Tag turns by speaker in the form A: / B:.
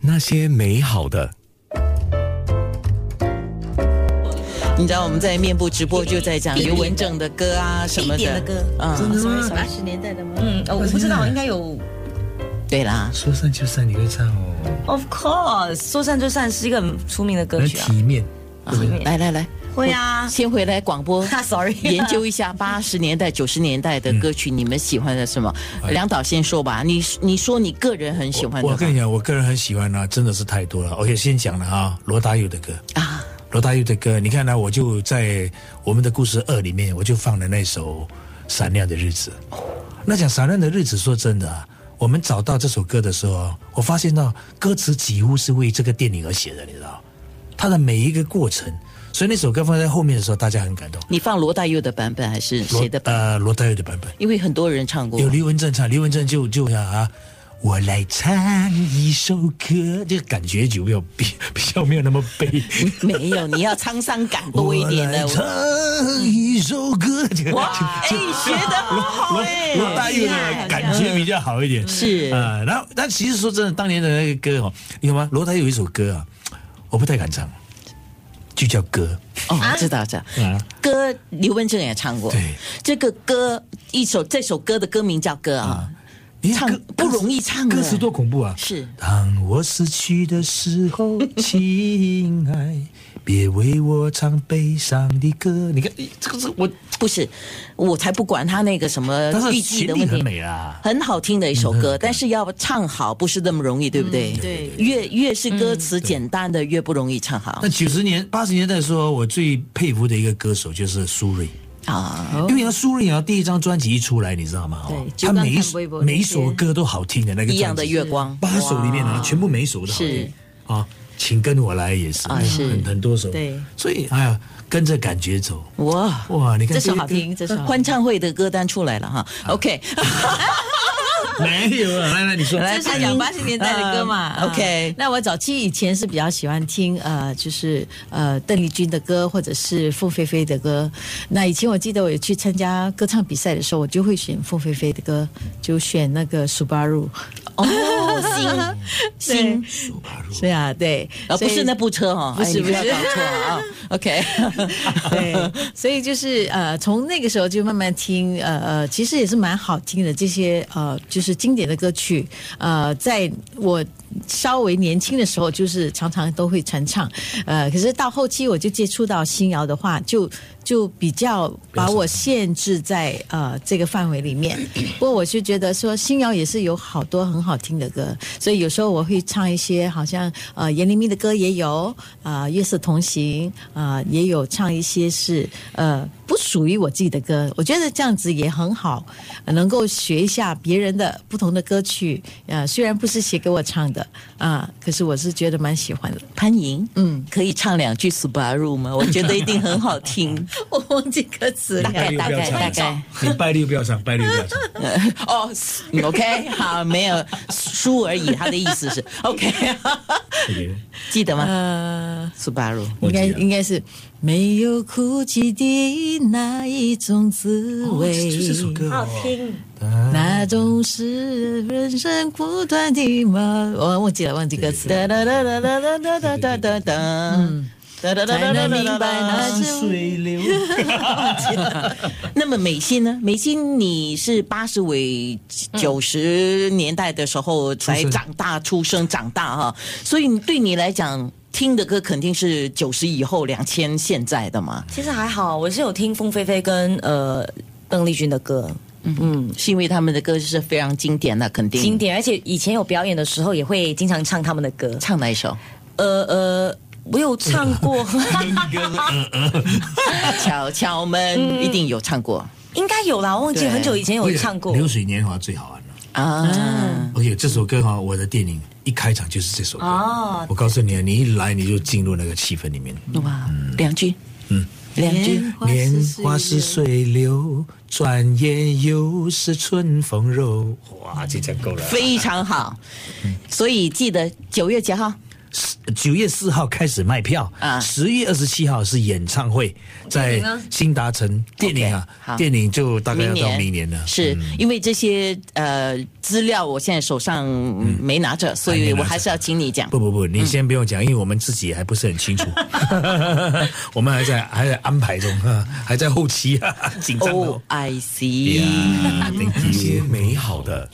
A: 那些美好的。
B: 你知道我们在面部直播就在讲刘文正的歌啊什么
C: 必点的歌，
B: 嗯，
C: 什么什么
D: 八十年代的吗？
C: 嗯，哦我不知道，应该有。
B: 对啦，
D: 说散就散，你会唱哦。
C: Of course，说散就散是一个很出名的歌
D: 那
C: 曲啊。
D: 体面，
B: 啊来来来，
C: 会啊
B: 先回来广 播
C: ，sorry，
B: 研究一 下八十年代、九十年代的
E: 嗯
B: 歌曲，你们喜欢的什么？梁导先说吧，你你说你个人很喜欢
E: 哎我
B: 的
E: 我
B: 吧
E: 跟你讲，我个人很喜欢啊，真的是太多了。OK，先讲了啊，罗大佑的歌，
B: 啊，
E: 罗大佑的歌，你看呢、我就在我们的故事二里面，我就放了那首《闪亮的日子》。那讲《闪亮的日子》，说真的啊，我们找到这首歌的时候啊，我发现到歌词几乎是为这个电影而写的，你知道，它的每一个过程。所以那首歌放在后面的时候，大家很感动。
B: 你放罗大佑的版本还是
E: 罗
B: 谁的版本？
E: 呃，罗大佑的版本。
B: 因为很多人唱过
E: 有。刘文正唱，刘文正就就想啊，我来唱一首歌，这个感觉就没有比比较没有那么悲。
B: 没有，你要沧桑感多一点的
E: 我来。唱一首歌，这个
B: 哇，哎，
E: 就
B: 学得很好哎，
E: 罗大佑的感觉比较好一点。
B: 是
E: 啊，然后但其实说真的，当年的那个歌哦，你有吗？罗大佑有一首歌啊，我不太敢唱，就叫歌。
B: 哦，知道知道
E: 啊。
B: 歌刘文正也唱过
E: 对，
B: 这个歌一首这首歌的歌名叫歌啊，
E: 你看
B: 唱
E: 歌
B: 不容易唱的
E: 歌词多恐怖啊！
B: 是
E: 当我死去的时候，亲爱，别为我唱悲伤的歌。你看，诶这个是我，
B: 不是，我才不管他那个什么
E: 但
B: 预
E: 是
B: 计
E: 旋
B: 的
E: 律
B: 问
E: 很
B: 题。
E: 美啊。嗯
B: 很好听的一首歌，但是要唱好不是那么容易，对不对？
C: 嗯对
B: 越越是歌
E: 嗯
B: 词简单的，越不容易唱好
E: 那九十年、八十年代的时候，我最佩服的一个歌手就是苏芮。
B: 啊。
E: 因为他苏芮瑶第一张专辑一出来，你知道吗？哦
C: 对
E: 他每一
C: 就跟看微博那些
E: 每一首歌都好听的那个专辑
B: 一样的月光
E: 八首里面啊，全部每一首都好
B: 是
E: 听啊。请跟我来也是，
B: 啊是
E: 很很多首，
C: 对，
E: 所以哎呀，跟着感觉走，
B: 哇，
E: 哇，你看
C: 这首
E: 个嗯啊
C: 好听，这首好听
B: 欢唱会的歌单出来了哈。OK，
E: 没有啊，来来你说，
B: 来
C: 就是讲八十年代的歌嘛。
B: 嗯 OK
C: 啊那我早期以前是比较喜欢听呃，就是呃邓丽君的歌或者是凤飞飞的歌。那以前我记得我有去参加歌唱比赛的时候，我就会选凤飞飞的歌，就选那个 Subaru。
B: 哦，心心，
C: 是啊，对，
B: 啊，
C: 所
B: 不
C: 以
B: 是那部车哈，
C: 不是
B: 哎你
C: 不是
B: 要搞错啊。OK，
C: 对，所以就是呃，从那个时候就慢慢听，呃呃，其实也是蛮好听的这些呃，就是经典的歌曲，呃，在我稍微年轻的时候，就是常常都会传唱，呃，可是到后期我就接触到新谣的话，就就比较把我限制在呃这个范围里面。不过我是觉得说新谣也是有好多很好听的歌，所以有时候我会唱一些好像呃严玲咪的歌也有啊、呃月色同行啊、呃也有唱一些是呃不属于我自己的歌，我觉得这样子也很好，呃能够学一下别人的不同的歌曲，呃虽然不是写给我唱的啊、可是我是觉得蛮喜欢的。
B: 潘莹，
C: 嗯，
B: 可以唱两句 Subaru 吗？我觉得一定很好听。
C: 我忘记歌词
B: 大
C: 了。
B: 概大概大概，
E: 你拜六不要唱，拜六不要唱，
B: 哦嗯，OK，好，没有输而已，他的意思 是 OK，
E: OK
B: 记得吗
C: 呃
B: ？Subaru，
C: 应该
E: 我记得
C: 应该是没有哭泣的那一种滋
E: 哦
C: 味，
E: 这这首歌
D: 好
E: 哦
D: 听。
C: 那种是人生苦短的吗？我忘记了，忘记歌词了。
B: 哒哒哒哒哒哒哒哒哒哒哒，哒哒哒哒哒
C: 才能
B: 哒
C: 明白那
B: 哒
C: 是
B: 哒。
E: 水流，
B: 那么美心呢？美心，你是八十尾九十年代的时候才
E: 生
B: 长大出生长大哈，所以你对你来讲。听的歌肯定是九十以后、两千现在的嘛，
F: 其实还好，我是有听凤飞飞跟呃邓丽君的歌，
B: 嗯，是因为他们的歌是非常经典的，肯定
F: 经典，而且以前有表演的时候也会经常唱他们的歌。
B: 唱哪一首？
F: 呃呃，我有唱过，
B: 敲敲门，一定有唱过
F: 应该有啦，我忘记
B: 对
F: 很久以前有唱过。
E: 流水年华最好玩了。
B: 啊。
E: OK，这首歌哈，我的电影一开场就是这首歌。
F: 哦
E: 我告诉你啊，你一来你就进入那个气氛里面。
B: 哇，两句，嗯，两句，
E: 年华似水流，转眼又是春风柔。哇，这下够了。啊
B: 非常好。所以记得九月几号？
E: 九月四号开始卖票
B: 啊，
E: 十月二十七号是演唱会，在
F: 电影呢
E: 新达城电影啊
B: OK，好，
E: 电影就大概要
B: 明
E: 到
B: 年
E: 明年了。嗯
B: 是、因为这些呃资料我现在手上
E: 嗯
B: 没拿着，所以我还是要请你讲
E: 不。不不，你先不用讲，因为我们自己还不是很 清楚，我们还在还在安排中，哈还在后期啊，紧张哦。
B: O Oh, I C。
A: 一
E: Yeah，thank you
A: 些美好的。